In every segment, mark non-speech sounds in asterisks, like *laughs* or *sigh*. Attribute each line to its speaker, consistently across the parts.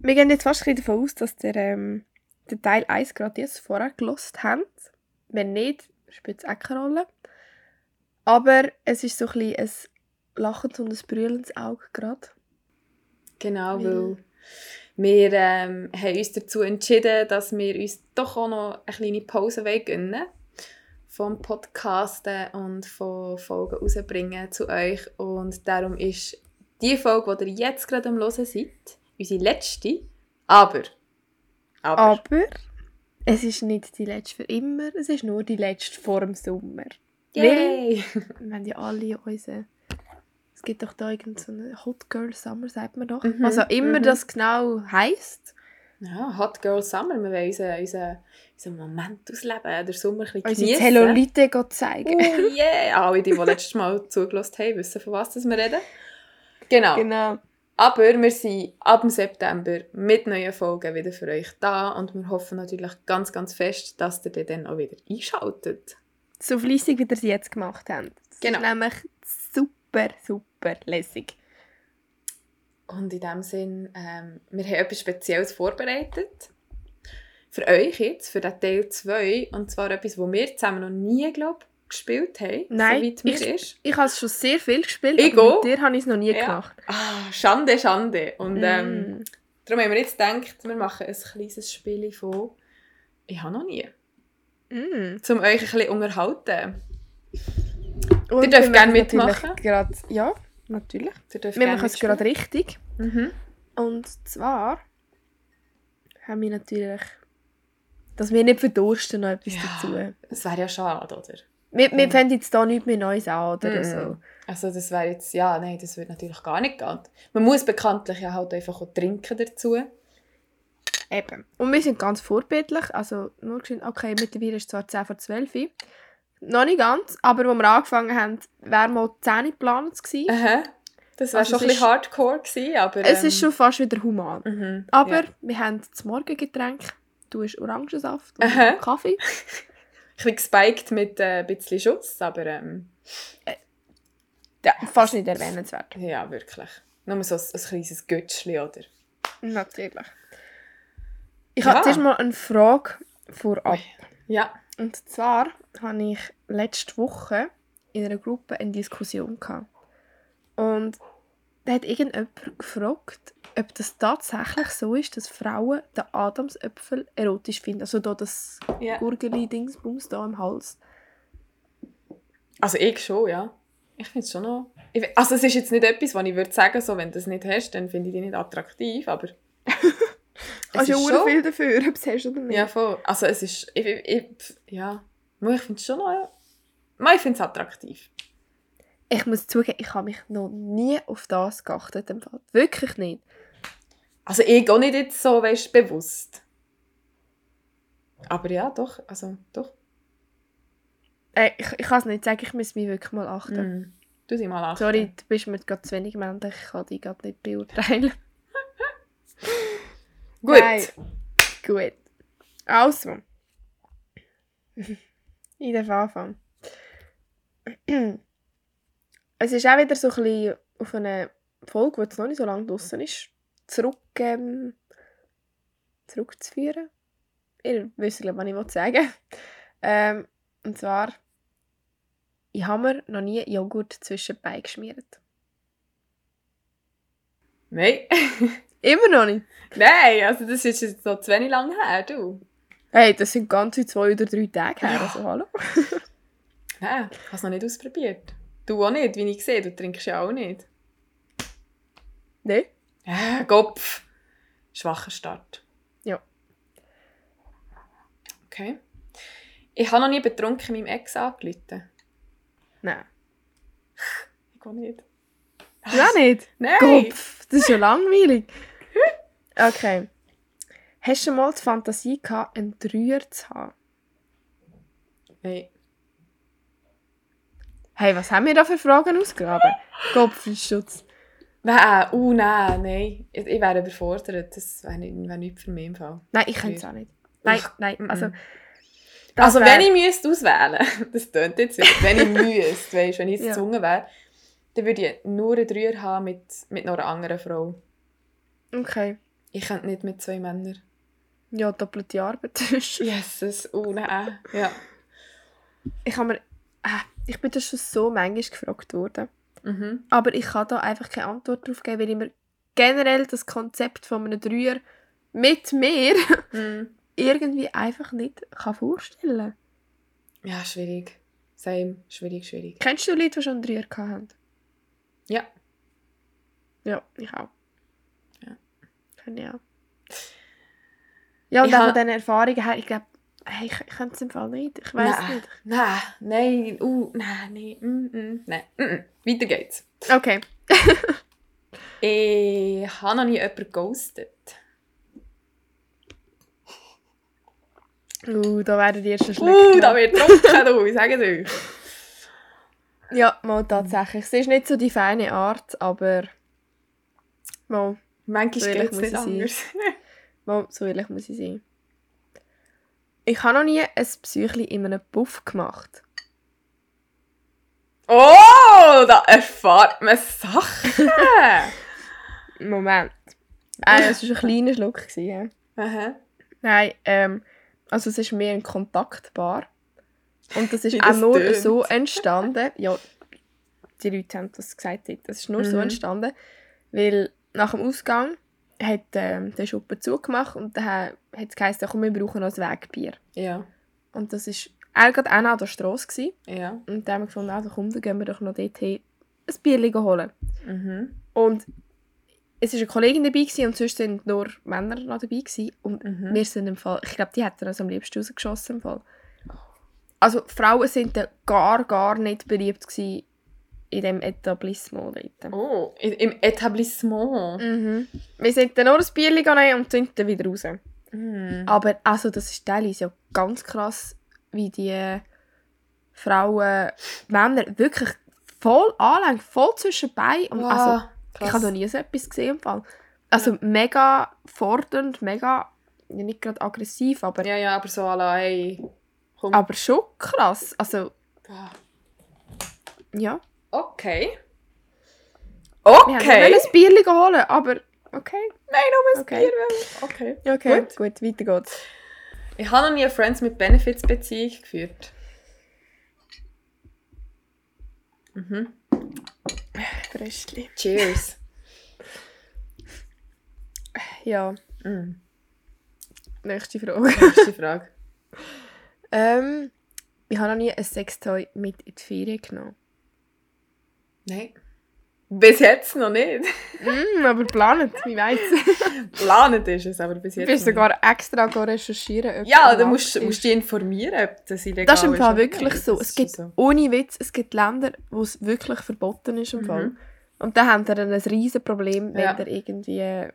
Speaker 1: Wir gehen jetzt fast ein bisschen davon aus, dass ihr ähm, den Teil 1 gerade jetzt vorher gelost habt. Wenn nicht, spielt es auch keine Rolle. Aber es ist so ein bisschen ein lachendes und ein brüllendes Auge gerade.
Speaker 2: Genau,
Speaker 1: Weil-
Speaker 2: weil wir ähm, haben uns dazu entschieden, dass wir uns doch auch noch eine kleine Pause wollen gönnen vom Podcasten und von Folgen rausbringen zu euch. Und darum ist die Folge, die ihr jetzt gerade am Hören seid, unsere letzte. Aber, aber,
Speaker 1: Aber es ist nicht die letzte für immer, es ist nur die letzte vor dem Sommer.
Speaker 2: yay!
Speaker 1: Wir haben ja alle unsere... Es gibt doch da irgendeinen Hot Girl Summer, sagt man doch.
Speaker 2: Mhm,
Speaker 1: Was auch immer
Speaker 2: mhm.
Speaker 1: das genau heisst.
Speaker 2: Ja, Hot Girl Summer, wir wollen unseren, unseren, unseren Moment ausleben, den Sommer ein bisschen
Speaker 1: Unsere
Speaker 2: geniessen.
Speaker 1: Zellulite geht zeigen.
Speaker 2: Oh yeah! Alle, die, die letztes Mal zugelassen haben, wissen, von was das wir reden. Genau.
Speaker 1: *laughs* Genau.
Speaker 2: Aber wir sind ab dem September mit neuen Folgen wieder für euch da und wir hoffen natürlich ganz, ganz fest, dass ihr die dann auch wieder einschaltet.
Speaker 1: So fleissig, wie ihr es jetzt gemacht habt. Das
Speaker 2: Genau.
Speaker 1: ist nämlich super, super lässig.
Speaker 2: Und in dem Sinn, ähm, wir haben etwas Spezielles vorbereitet. Für euch jetzt, für den Teil 2. Und zwar etwas, das wir zusammen noch nie, glaube ich, gespielt haben.
Speaker 1: Nein,
Speaker 2: Soweit mir
Speaker 1: ich-
Speaker 2: ist.
Speaker 1: Ich habe es schon sehr viel gespielt,
Speaker 2: Ich
Speaker 1: aber
Speaker 2: auch.
Speaker 1: mit dir habe ich es noch nie
Speaker 2: Ja.
Speaker 1: gemacht.
Speaker 2: Ah, Schande, Schande. Und ähm,
Speaker 1: Mm.
Speaker 2: Darum haben wir jetzt gedacht, wir machen ein kleines Spiel von «Ich habe noch nie»,
Speaker 1: Mm.
Speaker 2: um euch ein bisschen unterhalten.
Speaker 1: Und wir machen es
Speaker 2: dürft gerne
Speaker 1: natürlich
Speaker 2: mitmachen.
Speaker 1: Gerade, ja, natürlich.
Speaker 2: Ihr dürft
Speaker 1: Wir
Speaker 2: gerne
Speaker 1: machen es
Speaker 2: mitspielen.
Speaker 1: gerade richtig.
Speaker 2: Mhm.
Speaker 1: Und zwar haben wir natürlich, dass wir nicht verdursten, noch etwas
Speaker 2: Ja.
Speaker 1: dazu.
Speaker 2: Das wäre ja schade, oder?
Speaker 1: Wir, wir
Speaker 2: Mhm.
Speaker 1: fangen jetzt da nichts mehr Neues an oder
Speaker 2: Mhm.
Speaker 1: so.
Speaker 2: Also das wäre jetzt, ja, nein, das würde natürlich gar nicht gehen. Man muss bekanntlich ja halt einfach auch trinken dazu.
Speaker 1: Eben. Und wir sind ganz vorbildlich. Also nur gesehen, okay, mittlerweile ist es zwar 10 vor 12 Uhr. Noch nicht ganz, aber als wir angefangen haben, wäre mal 10 Uhr geplant gewesen.
Speaker 2: Aha. Das wäre
Speaker 1: Also
Speaker 2: schon
Speaker 1: es
Speaker 2: ein bisschen
Speaker 1: ist-
Speaker 2: hardcore gewesen, aber...
Speaker 1: Es
Speaker 2: ähm,
Speaker 1: ist schon fast wieder human.
Speaker 2: Mhm.
Speaker 1: Aber
Speaker 2: Ja.
Speaker 1: wir haben das Morgengetränk. Du hast Orangensaft und
Speaker 2: Aha.
Speaker 1: Kaffee.
Speaker 2: Ein bisschen gespiked mit äh, ein bisschen Schutz, aber ähm,
Speaker 1: Ja, Äh, fast nicht erwähnenswert.
Speaker 2: ja, wirklich. Nur so ein, ein kleines Göttchen, oder?
Speaker 1: Natürlich. Ich
Speaker 2: Ja.
Speaker 1: habe zuerst mal eine Frage vorab.
Speaker 2: Ja.
Speaker 1: Und zwar hatte ich letzte Woche in einer Gruppe eine Diskussion. Gehabt. Und da hat irgendjemand gefragt, ob das tatsächlich so ist, dass Frauen den Adamsöpfel erotisch finden. Also da das
Speaker 2: ja.
Speaker 1: Gurgeli-Dingsbums da im Hals.
Speaker 2: Also ich schon, ja. Ich finde es schon noch... Ich, we- also es ist jetzt nicht etwas, was ich würde sagen, so, wenn du das nicht hast, dann finde ich dich nicht attraktiv, aber... es
Speaker 1: Hast ja
Speaker 2: ist
Speaker 1: auch
Speaker 2: schon-
Speaker 1: Also viel dafür, *laughs* ob du es hast oder nicht.
Speaker 2: Ja, voll. Also es ist... Ich, ich, ich, pf, ja. Mo, Ich finde es schon noch... Mo, Ich finde es attraktiv.
Speaker 1: Ich muss zugeben, ich habe mich noch nie auf das geachtet. Im Fall. Wirklich nicht.
Speaker 2: Also ich auch nicht jetzt so, weißt bewusst. Aber ja, doch. Also, doch.
Speaker 1: Äh, ich, ich kann es nicht sagen, ich muss mich wirklich mal achten.
Speaker 2: Mhm. Du sie mal
Speaker 1: Mm.
Speaker 2: achten.
Speaker 1: Sorry, du bist mir gerade zu wenig männlich, ich kann dich gerade nicht beurteilen.
Speaker 2: Gut.
Speaker 1: Nein. Gut. Also. *laughs* ich darf anfangen. *clears throat* es ist auch wieder so ein bisschen auf eine Folge, die jetzt noch nicht so lange draußen ist, zurück, ähm, zurückzuführen. Ihr wisst, glaube was ich will sagen *laughs* ähm, Und zwar, ich habe mir noch nie Joghurt zwischen die Beine geschmiert.
Speaker 2: Nein. *laughs*
Speaker 1: Immer noch nicht.
Speaker 2: Nein, also das ist jetzt noch zu wenig lang her, du.
Speaker 1: Hey, das sind ganze zwei oder drei Tage her.
Speaker 2: Ja.
Speaker 1: Also, hallo.
Speaker 2: Nein, ich habe es noch nicht ausprobiert. Du auch nicht, wie ich sehe. Du trinkst ja auch nicht.
Speaker 1: Nein.
Speaker 2: Äh, Kopf. Schwacher Start.
Speaker 1: Ja.
Speaker 2: Okay. Ich habe noch nie betrunken meinem Ex angerufen.
Speaker 1: Nein.
Speaker 2: Ich will nicht.
Speaker 1: Ja nicht.
Speaker 2: Nein!
Speaker 1: Kopf, das ist ja langweilig. Okay. Hast du schon mal die Fantasie gehabt, einen Dreier zu haben?
Speaker 2: Nein.
Speaker 1: Hey, was haben wir da für Fragen ausgegraben? Kopfschutz.
Speaker 2: Nein, uh, nein, nein. Ich, ich wäre überfordert. Das wäre nicht, wäre nicht für mich im Fall.
Speaker 1: Nein, ich kann es auch nicht. Nein,
Speaker 2: Ich-
Speaker 1: nein, also...
Speaker 2: mhm.
Speaker 1: das
Speaker 2: also,
Speaker 1: wär-
Speaker 2: wenn ich müsste auswählen *laughs* das tönt jetzt wieder, wenn ich
Speaker 1: *laughs*
Speaker 2: müsste, weißt, wenn ich jetzt
Speaker 1: Ja.
Speaker 2: gezwungen wäre, dann würde ich nur einen Dreier haben mit, mit noch einer anderen Frau.
Speaker 1: Okay.
Speaker 2: Ich könnte nicht mit zwei Männern.
Speaker 1: Ja, doppelte Arbeit. *laughs* ich
Speaker 2: Jesus, oh nein. Ja.
Speaker 1: habe mir... Äh, ich bin da schon so manchmal gefragt worden.
Speaker 2: Mhm.
Speaker 1: Aber ich kann da einfach keine Antwort drauf geben, weil ich mir generell das Konzept von einem Dreier mit mir *laughs*
Speaker 2: Mhm.
Speaker 1: irgendwie einfach nicht kann vorstellen kann.
Speaker 2: Ja, schwierig. Same. Schwierig, schwierig.
Speaker 1: Kennst du Leute, die schon einen Dreier hatten?
Speaker 2: Ja.
Speaker 1: Ja, ich auch.
Speaker 2: Ja.
Speaker 1: Kann ich auch. Ja, und
Speaker 2: Ich
Speaker 1: auch
Speaker 2: ha-
Speaker 1: von diesen Erfahrungen her, ich glaube, hey, ich, ich könnte es im Fall nicht. Ich weiß
Speaker 2: Nein.
Speaker 1: nicht.
Speaker 2: Nein, nein, uh, nein, nein, mm, mm, nein. Mm, mm. Weiter geht's.
Speaker 1: Okay.
Speaker 2: Ich habe noch nie jemanden geghostet.
Speaker 1: Uh, da wären die ersten Schläge.
Speaker 2: Uh,
Speaker 1: ja.
Speaker 2: da wird trocken, du, sag es euch.
Speaker 1: ja, mal tatsächlich. Es ist nicht so die feine Art, aber mal, So
Speaker 2: Manchmal
Speaker 1: ehrlich
Speaker 2: geht es nicht
Speaker 1: muss ich
Speaker 2: anders. *laughs*
Speaker 1: mal so ehrlich muss ich sein. Ich habe noch nie ein Psychli in einem Puff gemacht.
Speaker 2: Oh, da erfahrt man Sachen.
Speaker 1: Moment. Äh, es war ein kleiner Schluck. Gewesen, ja.
Speaker 2: *laughs* Aha.
Speaker 1: Nein, ähm, also es ist mehr ein Kontaktbar. Und das ist
Speaker 2: Wie
Speaker 1: auch
Speaker 2: das
Speaker 1: nur
Speaker 2: tönt.
Speaker 1: so entstanden. Ja, die Leute haben das gesagt. dort. Das ist nur so
Speaker 2: Mhm.
Speaker 1: entstanden, weil nach dem Ausgang hat ähm, der Schuppen zugemacht und dann hat es geheißen, komm, wir brauchen noch ein Wegbier.
Speaker 2: Ja,
Speaker 1: Und das ist auch gerade auch noch an der Strasse. Gewesen.
Speaker 2: ja.
Speaker 1: Und dann haben wir gefunden, also komm, dann gehen wir doch noch dort hin, ein Bier holen.
Speaker 2: Mhm.
Speaker 1: Und es war eine Kollegin dabei gewesen, und sonst waren nur Männer noch dabei. Gewesen. Und
Speaker 2: Mhm.
Speaker 1: wir sind im Fall, ich glaube, die hätten uns am liebsten rausgeschossen im Fall. Also Frauen sind da gar, gar nicht beliebt gsi in dem Etablissement dort.
Speaker 2: Oh, i- im Etablissement.
Speaker 1: Mhm. Wir sind dann nur ein Bier nehmen und sind dann wieder raus.
Speaker 2: Mhm.
Speaker 1: Aber also, das ist teilweise ja ganz krass, wie die Frauen, Männer wirklich voll anlegen, voll zwischen Beinen. und
Speaker 2: Alltså,
Speaker 1: Also,
Speaker 2: Ah,
Speaker 1: Ich habe noch nie so etwas gesehen im Fall. Also mega fordernd, mega, ja, nicht gerade aggressiv, aber,
Speaker 2: Ja, ja, aber so alle, hey. Komm.
Speaker 1: aber schon krass. Also,
Speaker 2: Ah.
Speaker 1: ja.
Speaker 2: Okay.
Speaker 1: Wir haben
Speaker 2: Okay.
Speaker 1: ein Bier geholt, aber okay.
Speaker 2: Nein, nur ein
Speaker 1: Okay.
Speaker 2: Bier. weil- Okay.
Speaker 1: Okay,
Speaker 2: Gut.
Speaker 1: gut, weiter geht's.
Speaker 2: Ich habe noch nie eine Friends mit Benefits Beziehung geführt. Mhm.
Speaker 1: Bröstli. *laughs*
Speaker 2: Cheers.
Speaker 1: Ja,
Speaker 2: mm.
Speaker 1: nächste Frage.
Speaker 2: Nächste Frage.
Speaker 1: ähm, ich habe noch nie ein Sextoy mit in die Ferien genommen.
Speaker 2: Nein. Bis jetzt noch nicht.
Speaker 1: mm, aber geplant, wie weiss.
Speaker 2: Planet ist es, aber bis
Speaker 1: Du
Speaker 2: jetzt.
Speaker 1: bist
Speaker 2: noch nicht.
Speaker 1: sogar extra go recherchieren. ob
Speaker 2: Ja,
Speaker 1: das
Speaker 2: dann musst
Speaker 1: erlaubt
Speaker 2: du
Speaker 1: ist.
Speaker 2: dich informieren, ob das illegal
Speaker 1: Das ist im Fall
Speaker 2: oder
Speaker 1: wirklich
Speaker 2: nicht. Also,
Speaker 1: so. Es
Speaker 2: Das ist
Speaker 1: gibt,
Speaker 2: so.
Speaker 1: ohne Witz, es gibt Länder, wo es wirklich verboten ist im
Speaker 2: Mhm.
Speaker 1: Fall. Und da haben ihr dann ein riesen Problem, wenn
Speaker 2: Ja.
Speaker 1: ihr irgendwie,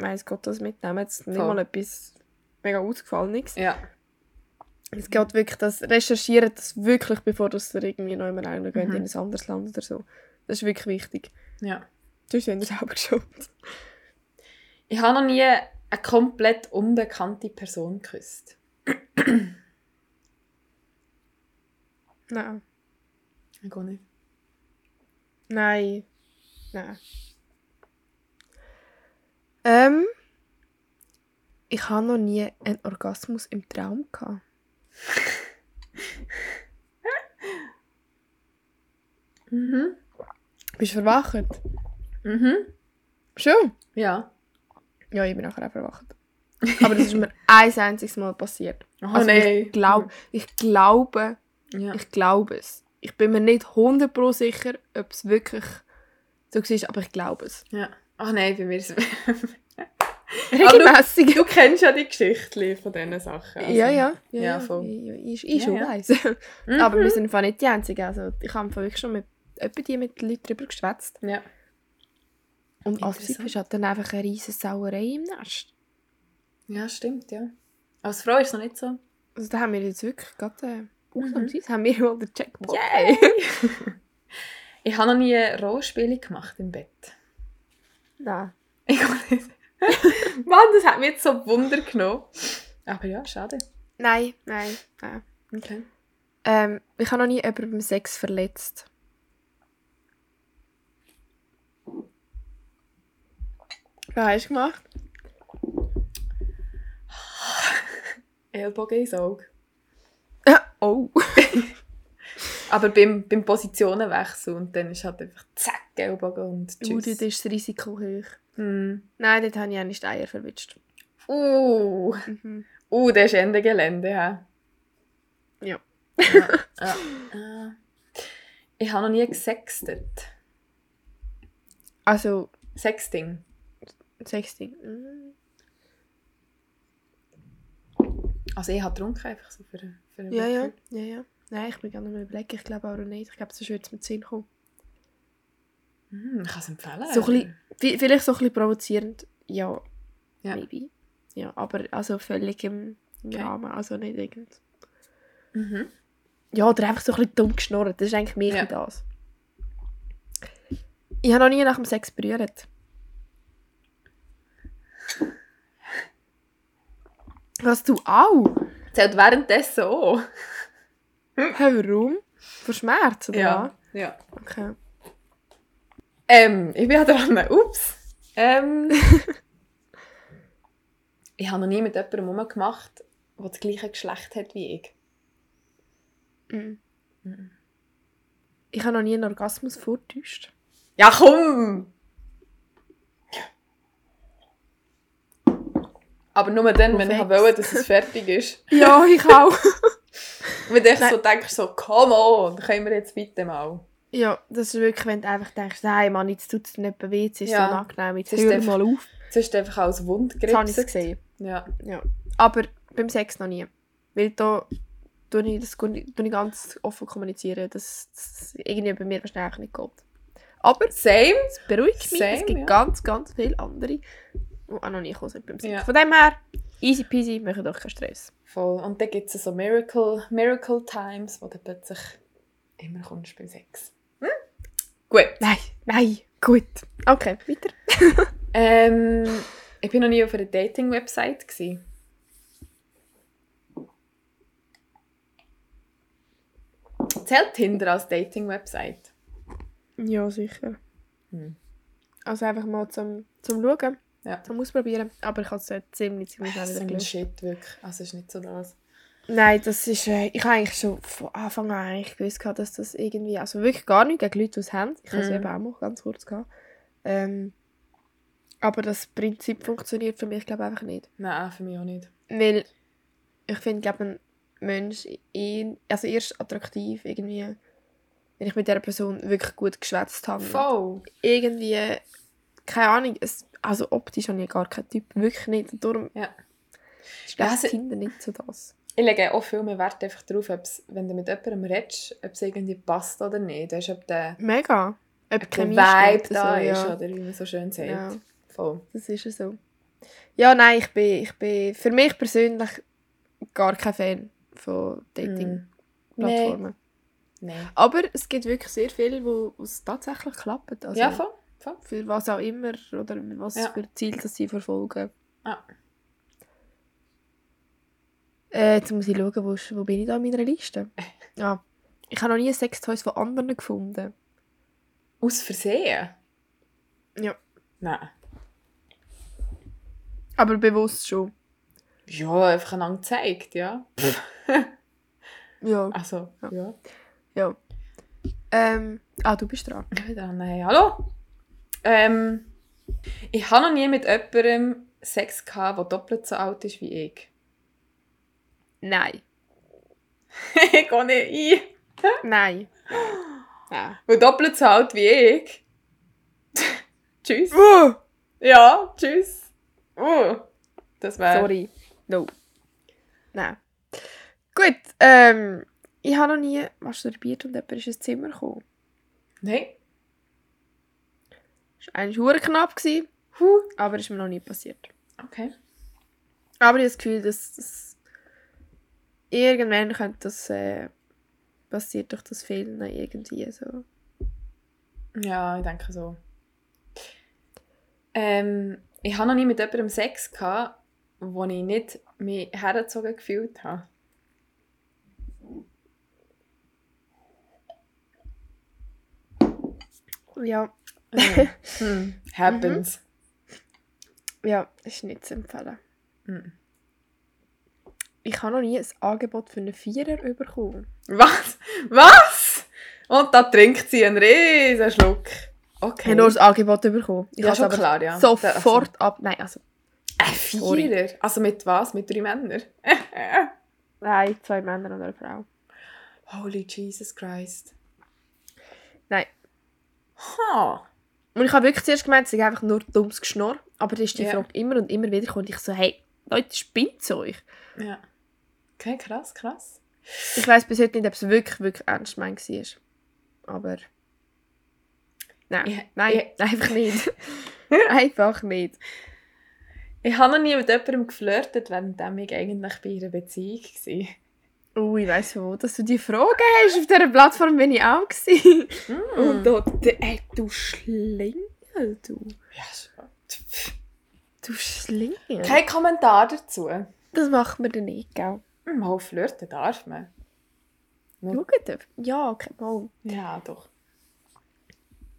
Speaker 1: weiß Gott, was mitnehmt. Es ist nicht
Speaker 2: Voll.
Speaker 1: mal etwas mega ausgefallenes.
Speaker 2: Ja.
Speaker 1: Es geht wirklich, das recherchiert das wirklich, bevor das ihr irgendwie noch einmal mhm. geht
Speaker 2: Mhm.
Speaker 1: in ein anderes Land oder so. Das ist wirklich wichtig.
Speaker 2: ja.
Speaker 1: Sonst sind ihr selber *laughs* schuld.
Speaker 2: Ich habe noch nie eine komplett unbekannte Person geküsst.
Speaker 1: Nein.
Speaker 2: Ich gar nicht.
Speaker 1: Nein. Nein. Ähm, ich habe noch nie einen Orgasmus im Traum gehabt.
Speaker 2: Mhm.
Speaker 1: Bist du verwacht?
Speaker 2: Mhm.
Speaker 1: Schon?
Speaker 2: Ja.
Speaker 1: Ja, ich bin nachher auch *laughs* verwacht. Aber das ist mir ein einziges Mal passiert.
Speaker 2: Oh
Speaker 1: Also ich, glaub, ich glaube,
Speaker 2: Ja.
Speaker 1: ich glaube es. Ich bin mir nicht 100% sicher, ob es wirklich so war, aber ich glaube es.
Speaker 2: ja. Ach Oh nein, bei mir ist *laughs*
Speaker 1: Regelmässig.
Speaker 2: Du kennst ja die Geschichte von diesen Sachen. also.
Speaker 1: Ja, ja.
Speaker 2: Ja,
Speaker 1: Ja,
Speaker 2: voll.
Speaker 1: ja, Ich, ich
Speaker 2: Ja,
Speaker 1: schon
Speaker 2: ja.
Speaker 1: weiss.
Speaker 2: Mhm.
Speaker 1: Aber wir sind im Fall nicht die Einzigen. Also, ich habe im Fall wirklich schon mit etwa die mit den Leuten darüber geschwätzt.
Speaker 2: Ja.
Speaker 1: Und als Typ
Speaker 2: Interessant.
Speaker 1: ist halt dann einfach eine riesige Sauerei im Nest.
Speaker 2: ja, stimmt, ja. Als Frau ist es noch nicht so.
Speaker 1: Also da haben wir jetzt wirklich gerade... Äh, Ausnahmsweise haben wir mal den Checkpoint.
Speaker 2: Yay!
Speaker 1: *laughs*
Speaker 2: ich habe noch nie Rollspiele gemacht im Bett. *laughs*
Speaker 1: Nein.
Speaker 2: Ich auch nicht. *laughs* Mann, das hat mich jetzt so Wunder genommen. Aber ja, schade.
Speaker 1: Nein, nein, nein.
Speaker 2: Okay.
Speaker 1: Ähm, ich habe noch nie jemanden beim Sex verletzt. Was hast du gemacht?
Speaker 2: Ellbogen ins Auge.
Speaker 1: *laughs* Oh.
Speaker 2: Aber beim, beim Positionenwechsel und dann ist halt einfach zack, Ellbogen und
Speaker 1: Uh,
Speaker 2: tschüss.
Speaker 1: dort ist das Risiko hoch.
Speaker 2: Mm.
Speaker 1: Nein, dort habe ich auch nicht die Eier *laughs* verwischt.
Speaker 2: Uh,
Speaker 1: Mhm.
Speaker 2: uh, das ist Ende Gelände. hä?
Speaker 1: Ja.
Speaker 2: ja, ja. Ah. Ich habe noch nie gesextet.
Speaker 1: Also,
Speaker 2: Sexting.
Speaker 1: Sexting. Mhm.
Speaker 2: Also ich habe getrunken einfach so für, für einen
Speaker 1: Ja, ja,
Speaker 2: Wecker.
Speaker 1: ja, ja. Nein, ich bin gar nicht mehr überlegen. Ich glaube auch nicht. Ich glaube, sonst würde es mir zu kommen.
Speaker 2: Mm, ich kann es empfehlen.
Speaker 1: So ein bisschen- Vi- Vielleicht so ein bisschen provozierend. Ja,
Speaker 2: Ja.
Speaker 1: maybe. Ja, aber also völlig im im
Speaker 2: Okay.
Speaker 1: Rahmen. Also nicht irgend...
Speaker 2: Mhm.
Speaker 1: Ja, oder einfach so ein bisschen dumm geschnurrt. Das ist eigentlich mehr
Speaker 2: Ja.
Speaker 1: das. Ich habe noch nie nach dem Sex berührt. Was du auch?
Speaker 2: Zählt währenddessen auch.
Speaker 1: Hä, warum? Vor Schmerz, oder?
Speaker 2: ja.
Speaker 1: was? Okay.
Speaker 2: Ähm, ich bin ja dran. Ups. Ähm,
Speaker 1: *laughs*
Speaker 2: ich habe noch nie mit jemandem rumgemacht, der das gleiche Geschlecht hat wie ich.
Speaker 1: Mhm.
Speaker 2: Mhm.
Speaker 1: Ich habe noch nie einen Orgasmus vortäuscht.
Speaker 2: Ja, komm! Aber nur dann, wenn ich
Speaker 1: Perfekt.
Speaker 2: wollte, dass es fertig ist.
Speaker 1: Ja, ich auch.
Speaker 2: Wenn ich
Speaker 1: Nein.
Speaker 2: so denke, so, come on, können wir jetzt bitte mal.
Speaker 1: *laughs* ja, das ist wirklich, wenn du einfach denkst, nein, Mann, jetzt tut es nicht weh, jetzt ist
Speaker 2: Ja.
Speaker 1: es so angenehm, jetzt
Speaker 2: Es ist
Speaker 1: hör
Speaker 2: einfach-
Speaker 1: mal auf.
Speaker 2: Sonst einfach als Wundgriff.
Speaker 1: Jetzt habe ich es gesehen.
Speaker 2: Ja.
Speaker 1: Aber beim Sex noch nie. Weil da tue ich, das, tue ich ganz offen kommunizieren, dass es irgendwie bei mir wahrscheinlich nicht geht. Aber
Speaker 2: Same.
Speaker 1: es beruhigt mich,
Speaker 2: Same,
Speaker 1: es gibt
Speaker 2: ja.
Speaker 1: ganz, ganz viele andere, die auch noch nie gekommen sind beim Sex.
Speaker 2: Ja.
Speaker 1: Von dem her, easy peasy, macht euch keinen Stress.
Speaker 2: Voll. Und dann gibt es so Miracle, Miracle Times, wo du plötzlich immer kommst beim Sex. Hm? Gut.
Speaker 1: Nein, nein, gut. Okay, weiter.
Speaker 2: Ähm, ich bin noch nie auf einer Dating-Website. gewesen. Zählt Tinder als Dating-Website?
Speaker 1: Ja, sicher.
Speaker 2: Hm.
Speaker 1: Also einfach mal zum, zum Schauen,
Speaker 2: Ja.
Speaker 1: zum Ausprobieren. Aber ich habe es äh, ziemlich, ziemlich
Speaker 2: Das
Speaker 1: schnell
Speaker 2: ist
Speaker 1: wieder
Speaker 2: ein
Speaker 1: gelöscht.
Speaker 2: Shit, wirklich. Also, es ist nicht so das.
Speaker 1: Nein, das ist, äh, ich habe eigentlich schon von Anfang an eigentlich gewusst, gehabt, dass das irgendwie, also wirklich gar nicht gegen Leute, die es haben. Ich habe es
Speaker 2: Mhm.
Speaker 1: eben auch mal ganz kurz gehabt. Ähm, aber das Prinzip funktioniert für mich, glaube ich, einfach nicht.
Speaker 2: Nein, für mich auch nicht.
Speaker 1: Weil ich finde, glaube ein Mensch eh- also erst attraktiv irgendwie, wenn ich mit dieser Person wirklich gut geschwätzt habe.
Speaker 2: Voll.
Speaker 1: irgendwie, keine Ahnung, es, also optisch habe ich gar keinen Typ, wirklich nicht. Und darum
Speaker 2: Ja.
Speaker 1: ist
Speaker 2: Ja,
Speaker 1: ja,
Speaker 2: also-
Speaker 1: Tinder nicht so das.
Speaker 2: Ich lege auch viel mehr Wert einfach darauf, ob's, wenn du mit jemandem redest, ob es irgendwie passt oder nicht. Weißt, ob der,
Speaker 1: Mega. Ob
Speaker 2: ob der
Speaker 1: Chemie
Speaker 2: Vibe
Speaker 1: stimmt oder
Speaker 2: da
Speaker 1: so,
Speaker 2: ist
Speaker 1: ja.
Speaker 2: oder wie man so schön sagt.
Speaker 1: Ja,
Speaker 2: Voll.
Speaker 1: das ist ja so. Ja, nein, ich bin, ich bin für mich persönlich gar kein Fan von
Speaker 2: Mm.
Speaker 1: Dating-Plattformen.
Speaker 2: Nein.
Speaker 1: Aber es gibt wirklich sehr viele, wo wo es tatsächlich klappt. Also
Speaker 2: ja, voll.
Speaker 1: Für was auch immer oder was
Speaker 2: Ja.
Speaker 1: für Ziel das sie verfolgen.
Speaker 2: Ja.
Speaker 1: Äh, jetzt muss ich schauen, wo, ist- wo bin ich da in meiner
Speaker 2: *laughs*
Speaker 1: Liste. Ja. Ich habe noch nie Sextoys von anderen gefunden.
Speaker 2: Aus Versehen?
Speaker 1: Ja.
Speaker 2: Nein.
Speaker 1: Aber bewusst schon.
Speaker 2: Ja, einfach einander gezeigt, ja.
Speaker 1: Ja.
Speaker 2: Also, ja.
Speaker 1: Ja. ja. Ähm, ah, du bist dran.
Speaker 2: Ich bin dran. Hey, äh, hallo. Ähm, ich habe noch nie mit jemandem Sex gehabt, der doppelt so alt ist wie ich. *laughs*
Speaker 1: Nein.
Speaker 2: ich gehe nicht ein.
Speaker 1: Nein. Nein.
Speaker 2: Weil doppelt so alt wie ich. *laughs* tschüss.
Speaker 1: Uh,
Speaker 2: Ja, tschüss. Uh, das wäre...
Speaker 1: sorry. No. Nein. Gut. Ähm, ich habe noch nie masturbiert und jemand ist ins Zimmer gekommen.
Speaker 2: Nein.
Speaker 1: Das war eigentlich hure knapp, gewesen,
Speaker 2: Huh.
Speaker 1: aber ist mir noch nie passiert.
Speaker 2: Okay.
Speaker 1: Aber ich habe das Gefühl, dass das irgendwann könnte das äh, passiert durch das Fehlen irgendwie so.
Speaker 2: Ja, ich denke so. Ähm, ich habe noch nie mit jemandem Sex gehabt, wo ich nicht mich hergezogen gefühlt habe.
Speaker 1: Ja,
Speaker 2: *laughs* Hm. Also, hm, happens.
Speaker 1: Ja, ist nicht zu empfehlen.
Speaker 2: Mhm.
Speaker 1: Ich habe noch nie ein Angebot für einen Vierer bekommen.
Speaker 2: Was? Was? Und da trinkt sie einen riesen Schluck.
Speaker 1: Ich
Speaker 2: Okay.
Speaker 1: habe nur ein Angebot bekommen. Ich
Speaker 2: ja,
Speaker 1: habe
Speaker 2: schon
Speaker 1: es aber
Speaker 2: klar, ja. Äh,
Speaker 1: sofort ab... Nein, also...
Speaker 2: Ein Vierer? Also mit was? Mit drei Männern?
Speaker 1: Nein, zwei Männer und eine Frau.
Speaker 2: Holy Jesus Christ.
Speaker 1: Nein.
Speaker 2: Ha.
Speaker 1: Und ich habe wirklich zuerst gemeint, es ist einfach nur dummes Geschnorr. Aber dann ist die
Speaker 2: Ja.
Speaker 1: Frage immer und immer wieder gekommen. Und ich so, hey, Leute, spinnt euch?
Speaker 2: Ja. Okay, krass, krass.
Speaker 1: Ich weiss bis heute nicht, ob es wirklich, wirklich ernst gemeint war. Aber... Nein,
Speaker 2: Ja,
Speaker 1: nein, einfach *laughs* nicht. einfach nicht.
Speaker 2: Ich habe noch nie mit jemandem geflirtet, währenddem ich eigentlich bei einer Beziehung war.
Speaker 1: Oh, ich weiss wo, dass du die Frage hast. Auf dieser Plattform bin ich auch. gewesen. Mm. Und da, der- ey, du Schlingel, du.
Speaker 2: Ja, schon.
Speaker 1: Du Schlingel.
Speaker 2: Kein Kommentar dazu.
Speaker 1: Das macht man dann nicht, gell?
Speaker 2: Mal flirten darf man.
Speaker 1: Schau dir. Ja, okay, mal.
Speaker 2: Ja, doch.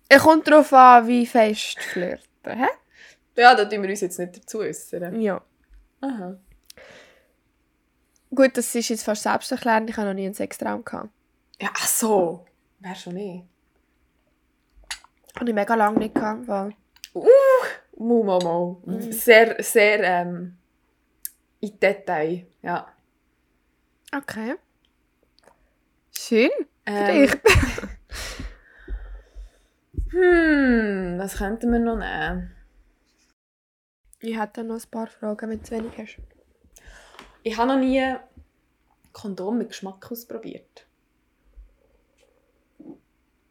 Speaker 1: Es kommt darauf an, wie fest flirten, hä?
Speaker 2: Ja, da tun wir uns jetzt nicht dazu äußern.
Speaker 1: Ja.
Speaker 2: Aha.
Speaker 1: Gut, das ist jetzt fast selbsterklärend. Ich habe noch nie einen Sextraum gehabt.
Speaker 2: Ja, ach so. Wär schon eh.
Speaker 1: Und ich mega lange nicht gehabt, weil...
Speaker 2: Mu, mu, mu. Sehr, sehr ähm, in Detail. Ja.
Speaker 1: Okay. Schön.
Speaker 2: Ähm,
Speaker 1: *laughs* Vielleicht.
Speaker 2: hm, was könnten wir noch nehmen?
Speaker 1: Ich hätte noch ein paar Fragen, wenn du zu wenig hast.
Speaker 2: Ich habe noch nie Kondom mit Geschmack ausprobiert.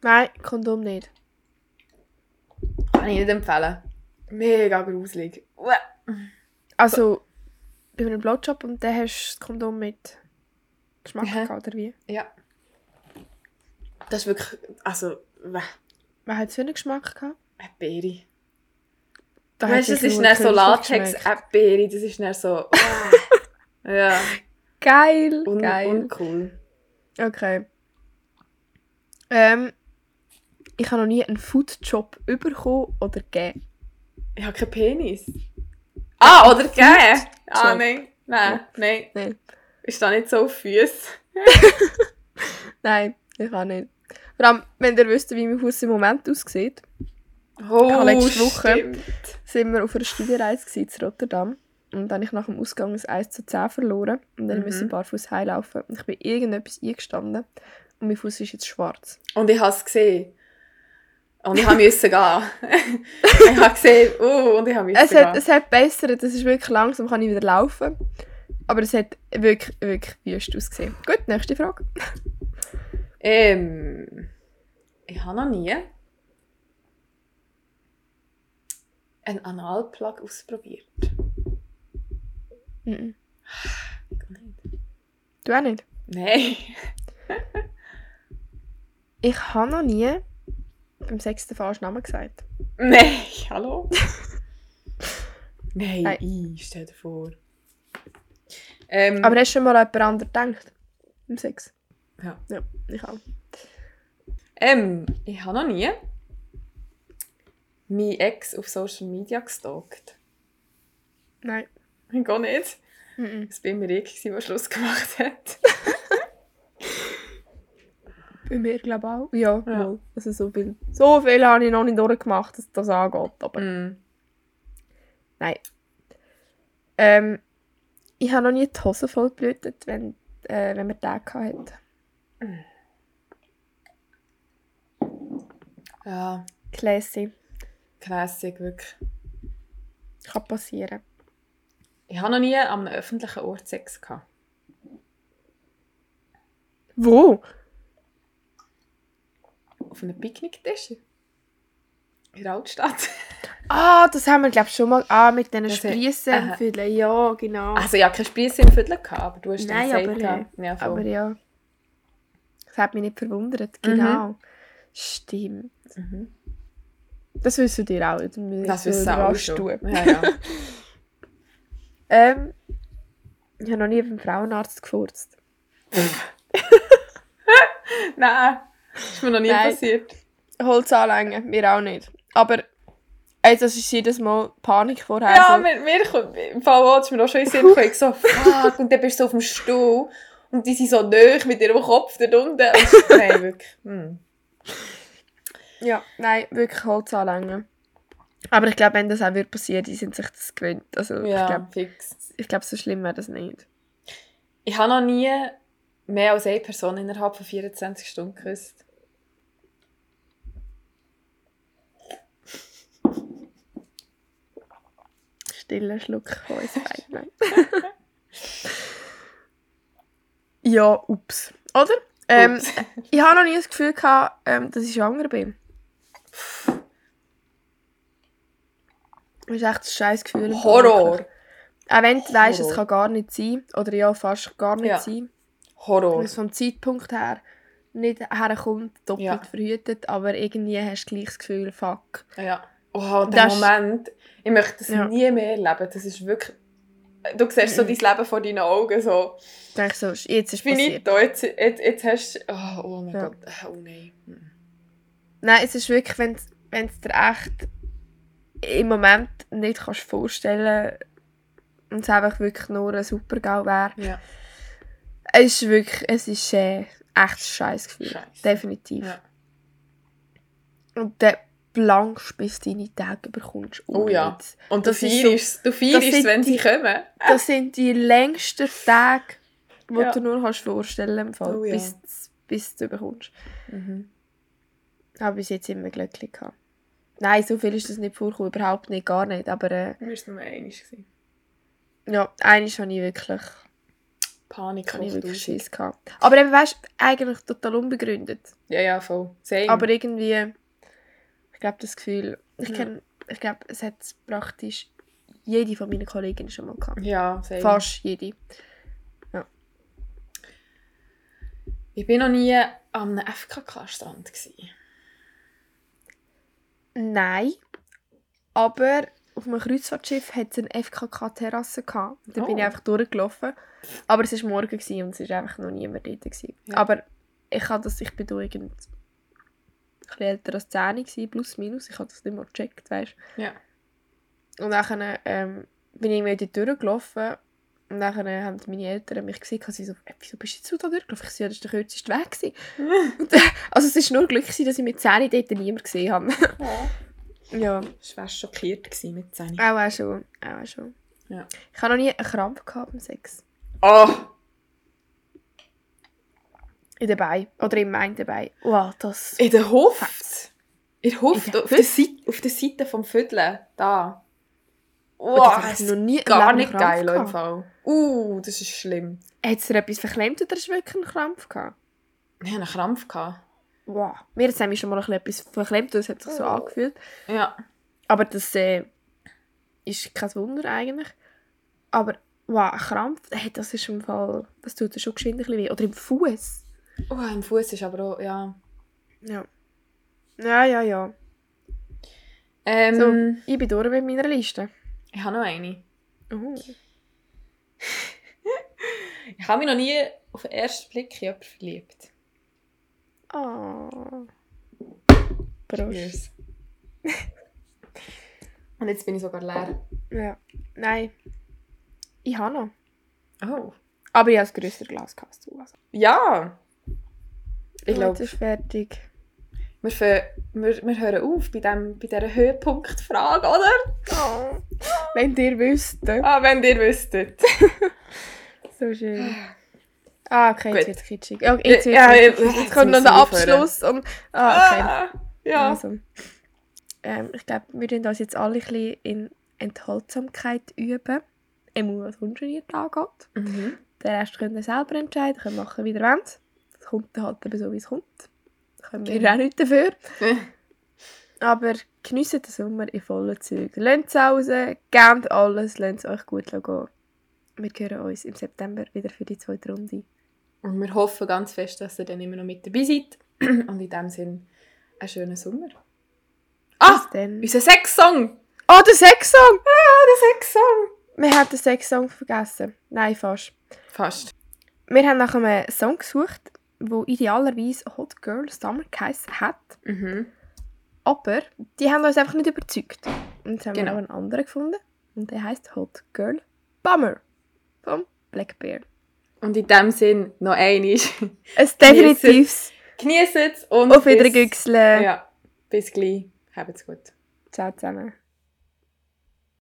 Speaker 1: Nein, Kondom nicht.
Speaker 2: Kann ich nicht empfehlen. Mega gruselig. Uah.
Speaker 1: Also, bei einem Blowjob und dann hast du das Kondom mit Geschmack
Speaker 2: Aha.
Speaker 1: gehabt, oder wie?
Speaker 2: Ja. Das ist wirklich. Also, wäh,
Speaker 1: Was hat es für einen Geschmack gehabt?
Speaker 2: eine Beere.
Speaker 1: Da
Speaker 2: weißt du,
Speaker 1: hat
Speaker 2: es ist
Speaker 1: nur
Speaker 2: nicht so
Speaker 1: Kunststoff
Speaker 2: Latex,
Speaker 1: geschmeckt.
Speaker 2: eine Beere, das ist nicht so. ja,
Speaker 1: Geil,
Speaker 2: un
Speaker 1: geil.
Speaker 2: uncool.
Speaker 1: Okay. Ähm, ich habe noch nie einen Foodjob bekommen oder gegeben.
Speaker 2: Ich habe keinen Penis. Ah, oder gell? Ah,
Speaker 1: Job.
Speaker 2: nein. Nein, nein.
Speaker 1: Nein.
Speaker 2: Ich stehe nicht so auf Füße.
Speaker 1: Nein, ich habe nicht. Vor allem, wenn ihr wisst, wie mein Haus im Moment aussieht,
Speaker 2: Oh,
Speaker 1: habe letzte Woche-
Speaker 2: stimmt.
Speaker 1: sind wir auf einer Studienreise gewesen zu Rotterdam. Und dann habe ich nach dem Ausgang ein 1 zu 10 verloren. Und dann
Speaker 2: Mhm.
Speaker 1: müssen wir barfuß heimlaufen. Und ich bin irgendetwas eingestanden. Und mein Fuß ist jetzt schwarz.
Speaker 2: Und ich habe es gesehen. Und ich musste gehen. *laughs* ich habe gesehen, oh, und ich musste
Speaker 1: Es hat,
Speaker 2: gehen.
Speaker 1: es hat bessert. Es ist wirklich langsam, kann ich wieder laufen. Aber es hat wirklich, wirklich wüst ausgesehen. Gut, nächste Frage.
Speaker 2: Ähm, ich habe noch nie einen Analplug ausprobiert.
Speaker 1: Mhm.
Speaker 2: Ich kann nicht.
Speaker 1: Du auch nicht?
Speaker 2: Nein.
Speaker 1: Ich habe noch nie beim sechsten falschen Namen gesagt.
Speaker 2: Nein,
Speaker 1: *laughs*
Speaker 2: hallo? Nein,
Speaker 1: Nein.
Speaker 2: ich stell dir vor. Ähm,
Speaker 1: Aber hast du schon mal an jemand anderes gedacht? Beim Sex?
Speaker 2: Ja.
Speaker 1: Ja, ich auch.
Speaker 2: ähm, ich habe noch nie meinen Ex auf Social Media gestalkt. *laughs*
Speaker 1: Nein.
Speaker 2: Ich gar nicht.
Speaker 1: Mhm.
Speaker 2: Es war immer ich, gewesen, der Schluss gemacht hat. *laughs*
Speaker 1: Bei mir glaube ich auch. Ja,
Speaker 2: Ja.
Speaker 1: Wohl. Also so viel. So viel habe ich noch nicht durchgemacht, dass das angeht. Aber
Speaker 2: Mm.
Speaker 1: ähm, ich habe noch nie die Hose voll geblutet, wenn, äh, wenn man den hatte.
Speaker 2: Ja,
Speaker 1: Classy.
Speaker 2: classic, wirklich.
Speaker 1: Kann passieren.
Speaker 2: Ich habe noch nie an einem öffentlichen Ort Sex gehabt.
Speaker 1: Wo?
Speaker 2: Auf einem Picknicktisch. In der Altstadt. *laughs*
Speaker 1: Ah, das haben wir glaube ich schon mal. Ah, mit diesen
Speaker 2: Das hat-
Speaker 1: Spriessen.
Speaker 2: Aha.
Speaker 1: Füllen. Ja, genau.
Speaker 2: Also, ich habe keine Spieße im Viertel gehabt, aber du hast
Speaker 1: Nein,
Speaker 2: dann
Speaker 1: aber,
Speaker 2: gesagt, ja, voll.
Speaker 1: Aber ja, das hat mich nicht verwundert, genau. Stimmt.
Speaker 2: Mhm.
Speaker 1: Das wissen dir auch. Das,
Speaker 2: Das
Speaker 1: das
Speaker 2: ist auch schon.
Speaker 1: du.
Speaker 2: Ja, ja.
Speaker 1: Ähm, ich habe noch nie beim Frauenarzt gefurzt.
Speaker 2: *laughs* Nein, ist mir noch nie
Speaker 1: Nein.
Speaker 2: passiert.
Speaker 1: Holz anlängen, mir auch nicht. Aber Ey, das ist jedes Mal Panik vorher. Also,
Speaker 2: Ja,
Speaker 1: so.
Speaker 2: mir, mir kommt, im Fall auch, ist mir auch schon in den Sinn gekommen, ich so, fuck, und dann bist du so auf dem Stuhl und die sind so nöch mit ihrem Kopf da unten. *laughs* Und, nein, wirklich. Hm.
Speaker 1: ja, nein, wirklich Holz anlängen. Aber ich glaube, wenn das auch wird passieren, die sind sich das gewöhnt. Also ich
Speaker 2: Ja,
Speaker 1: glaube,
Speaker 2: fix.
Speaker 1: ich glaub, so schlimm wäre das nicht.
Speaker 2: Ich habe noch nie mehr als eine Person innerhalb von 24 Stunden geküsst.
Speaker 1: Stiller Schluck von uns *laughs* beiden. ja, ups. Oder? Ähm,
Speaker 2: Ups.
Speaker 1: ich habe noch nie das Gefühl gehabt, ähm, dass ich schwanger bin. Das ist echt ein scheiß Gefühl.
Speaker 2: *laughs* Horror.
Speaker 1: Auch wenn du weißt, es
Speaker 2: Horror.
Speaker 1: kann gar nicht sein. Oder ja, fast gar nicht
Speaker 2: Ja.
Speaker 1: sein. Weil
Speaker 2: Horror.
Speaker 1: es vom Zeitpunkt her nicht herkommt, doppelt
Speaker 2: Ja.
Speaker 1: verhütet. Aber irgendwie hast du gleich das Gefühl, fuck.
Speaker 2: Ja. Oh, der
Speaker 1: Das-
Speaker 2: Moment. Ich möchte das
Speaker 1: Ja.
Speaker 2: nie mehr erleben. Das ist wirklich... Du siehst so dein Leben vor deinen Augen so.
Speaker 1: Ich denke so, jetzt ist es passiert.
Speaker 2: Finito, jetzt, jetzt, jetzt hast du... Oh, oh mein
Speaker 1: Ja.
Speaker 2: Gott. Oh nein.
Speaker 1: Nein, es ist wirklich, wenn du dir echt im Moment nicht kannst vorstellen und es einfach wirklich nur ein super Gau wäre.
Speaker 2: Ja.
Speaker 1: Es ist wirklich, es ist äh, echt ein scheiß Gefühl.
Speaker 2: Scheiss.
Speaker 1: Definitiv.
Speaker 2: Ja.
Speaker 1: Und dann blankst bis du deine Tage bekommst.
Speaker 2: Oh ja.
Speaker 1: nicht.
Speaker 2: Und du
Speaker 1: Das ist
Speaker 2: feierst, du feierst
Speaker 1: sind
Speaker 2: wenn sie
Speaker 1: die-
Speaker 2: kommen.
Speaker 1: Das sind die längsten Tage, die
Speaker 2: Ja.
Speaker 1: du nur kannst vorstellen kannst,
Speaker 2: Oh
Speaker 1: oh,
Speaker 2: ja.
Speaker 1: bis, bis du bekommst. Mhm. Aber bis jetzt immer glücklich gehabt. Nein, so viel ist das nicht vorgekommen, überhaupt nicht, gar nicht. Aber äh,
Speaker 2: Mir war es nur einmal. gewesen.
Speaker 1: ja, eines habe ich wirklich,
Speaker 2: Panik
Speaker 1: habe ich
Speaker 2: hoch
Speaker 1: wirklich
Speaker 2: tausend.
Speaker 1: Schiss gehabt. Aber eben, weißt du, eigentlich total unbegründet.
Speaker 2: Ja, ja, voll. Same.
Speaker 1: Aber irgendwie, ich glaube, das Gefühl, ich,
Speaker 2: Ja.
Speaker 1: kenn, ich glaube, es hat praktisch jede von meinen Kolleginnen schon mal gehabt.
Speaker 2: ja, same.
Speaker 1: Fast jede.
Speaker 2: Ich war noch nie am FKK-Strand. gewesen.
Speaker 1: Nein, aber auf einem Kreuzfahrtschiff hat es eine FKK-Terrasse gehabt. Da bin ich
Speaker 2: Oh.
Speaker 1: einfach durchgelaufen. Aber es war morgen gewesen und es war einfach noch niemand dort. Gewesen.
Speaker 2: Ja.
Speaker 1: Aber ich habe das, ich bin da irgend ein bisschen älter als 10 gewesen, plus minus. Ich habe das nicht mal gecheckt, weißt
Speaker 2: Ja.
Speaker 1: Und dann ähm, bin ich irgendwie dort durchgelaufen und dann haben meine Eltern mich gesehen und sie so, «Äh, wieso bist du jetzt so da durchgelaufen? Ich so, «Ja, das war der kürzeste Weg. Gewesen. Und, äh,
Speaker 2: *laughs*
Speaker 1: also es war nur Glück, gewesen, dass ich mit 10 dort niemanden gesehen habe.
Speaker 2: Oh.
Speaker 1: ja. Ah.
Speaker 2: Ich war schockiert gewesen mit 10.
Speaker 1: Auch, auch schon. Auch, auch schon.
Speaker 2: Ja.
Speaker 1: Ich habe noch nie einen Krampf gehabt beim Sex.
Speaker 2: Oh!
Speaker 1: In den Beinen. Oder im Main dabei. Wow, das.
Speaker 2: In der Huft! In der Huft!
Speaker 1: In der
Speaker 2: auf, der Seite, auf der Seite vom Viertel. Da.
Speaker 1: Boah,
Speaker 2: Wow,
Speaker 1: das
Speaker 2: das
Speaker 1: habe ich
Speaker 2: ist
Speaker 1: noch nie im
Speaker 2: gar
Speaker 1: Leben
Speaker 2: nicht
Speaker 1: einen Krampf
Speaker 2: geil im
Speaker 1: gehabt.
Speaker 2: Fall. Uh, das ist schlimm.
Speaker 1: Hat es dir etwas verklemmt oder hast du wirklich einen Krampf gehabt?
Speaker 2: Ich hatte einen Krampf. Gehabt.
Speaker 1: Wow. Mir hat es schon mal ein bisschen etwas verklemmt und es hat sich so
Speaker 2: Oh.
Speaker 1: angefühlt.
Speaker 2: Ja.
Speaker 1: Aber das äh, ist kein Wunder eigentlich. Aber wow, ein Krampf, hey, das ist im Fall. Das tut dir schon geschwind ein bisschen weh. Oder im Fuß.
Speaker 2: Oh, im Fuß ist aber auch, ja.
Speaker 1: Ja. Ja, ja, ja.
Speaker 2: Ähm,
Speaker 1: So. Ich bin durch mit meiner Liste.
Speaker 2: Ich habe noch eine.
Speaker 1: Oh.
Speaker 2: Ich habe mich noch nie auf den ersten Blick in jemanden verliebt.
Speaker 1: Oh. Prost.
Speaker 2: Cheers. *laughs* Und jetzt bin ich sogar leer.
Speaker 1: Ja. Nein. Ich habe noch.
Speaker 2: Oh.
Speaker 1: Aber ich habe ein grösseres Glas gehabt. als du, Also.
Speaker 2: Ja! Ich
Speaker 1: Oh, Jetzt
Speaker 2: glaube,
Speaker 1: ist fertig.
Speaker 2: wir, fä- wir, wir hören auf bei, dem, bei dieser Höhepunktfrage, oder?
Speaker 1: Oh. Wenn ihr wüsstet.
Speaker 2: Ah, wenn ihr wüsstet.
Speaker 1: So schön. Ah, okay,
Speaker 2: Gut.
Speaker 1: jetzt wird es kitschig. Okay, jetzt, wird's
Speaker 2: Ja,
Speaker 1: richtig
Speaker 2: ja, jetzt
Speaker 1: kitschig. jetzt kommt noch
Speaker 2: müssen
Speaker 1: der
Speaker 2: wir aufhören.
Speaker 1: Abschluss. Und, ah, okay.
Speaker 2: Ah, ja.
Speaker 1: Also. Ähm, ich glaube, wir tun uns jetzt alle ein bisschen in Enthaltsamkeit üben. Immer was ungeniert angeht.
Speaker 2: Mhm.
Speaker 1: Den Rest könnt ihr selber entscheiden, könnt machen, wie ihr wollt. Es kommt dann halt eben so, wie es kommt. Da können wir
Speaker 2: Genau.
Speaker 1: auch nichts dafür. Aber geniessen den Sommer in vollen Zügen. Lasst es raus, gebt alles, lasst es euch gut gehen. Wir hören uns im September wieder für die zweite Runde.
Speaker 2: Und wir hoffen ganz fest, dass ihr dann immer noch mit dabei seid. *clears throat* Und in dem Sinn, einen schönen Sommer. Ah,
Speaker 1: Bis dann.
Speaker 2: unser Sex-Song!
Speaker 1: Oh, der Sex-Song!
Speaker 2: Ah, der Sex-Song!
Speaker 1: Wir haben den Sex-Song vergessen. Nein, fast.
Speaker 2: Fast.
Speaker 1: Wir haben nach einem eh, Song gesucht, der idealerweise Hot Girl Summer geheissen hat.
Speaker 2: Mhm.
Speaker 1: Aber die haben uns einfach nicht überzeugt. Und jetzt haben
Speaker 2: Genau.
Speaker 1: wir aber einen anderen gefunden. Und der heißt Hot Girl Bummer vom Black Bear.
Speaker 2: Und in dem Sinn noch einmal. *laughs*
Speaker 1: Ein definitives
Speaker 2: Genießt es und
Speaker 1: Auf
Speaker 2: bis-
Speaker 1: Wiedergüchseln.
Speaker 2: Ja, bis gleich. Habt's gut.
Speaker 1: Ciao zusammen.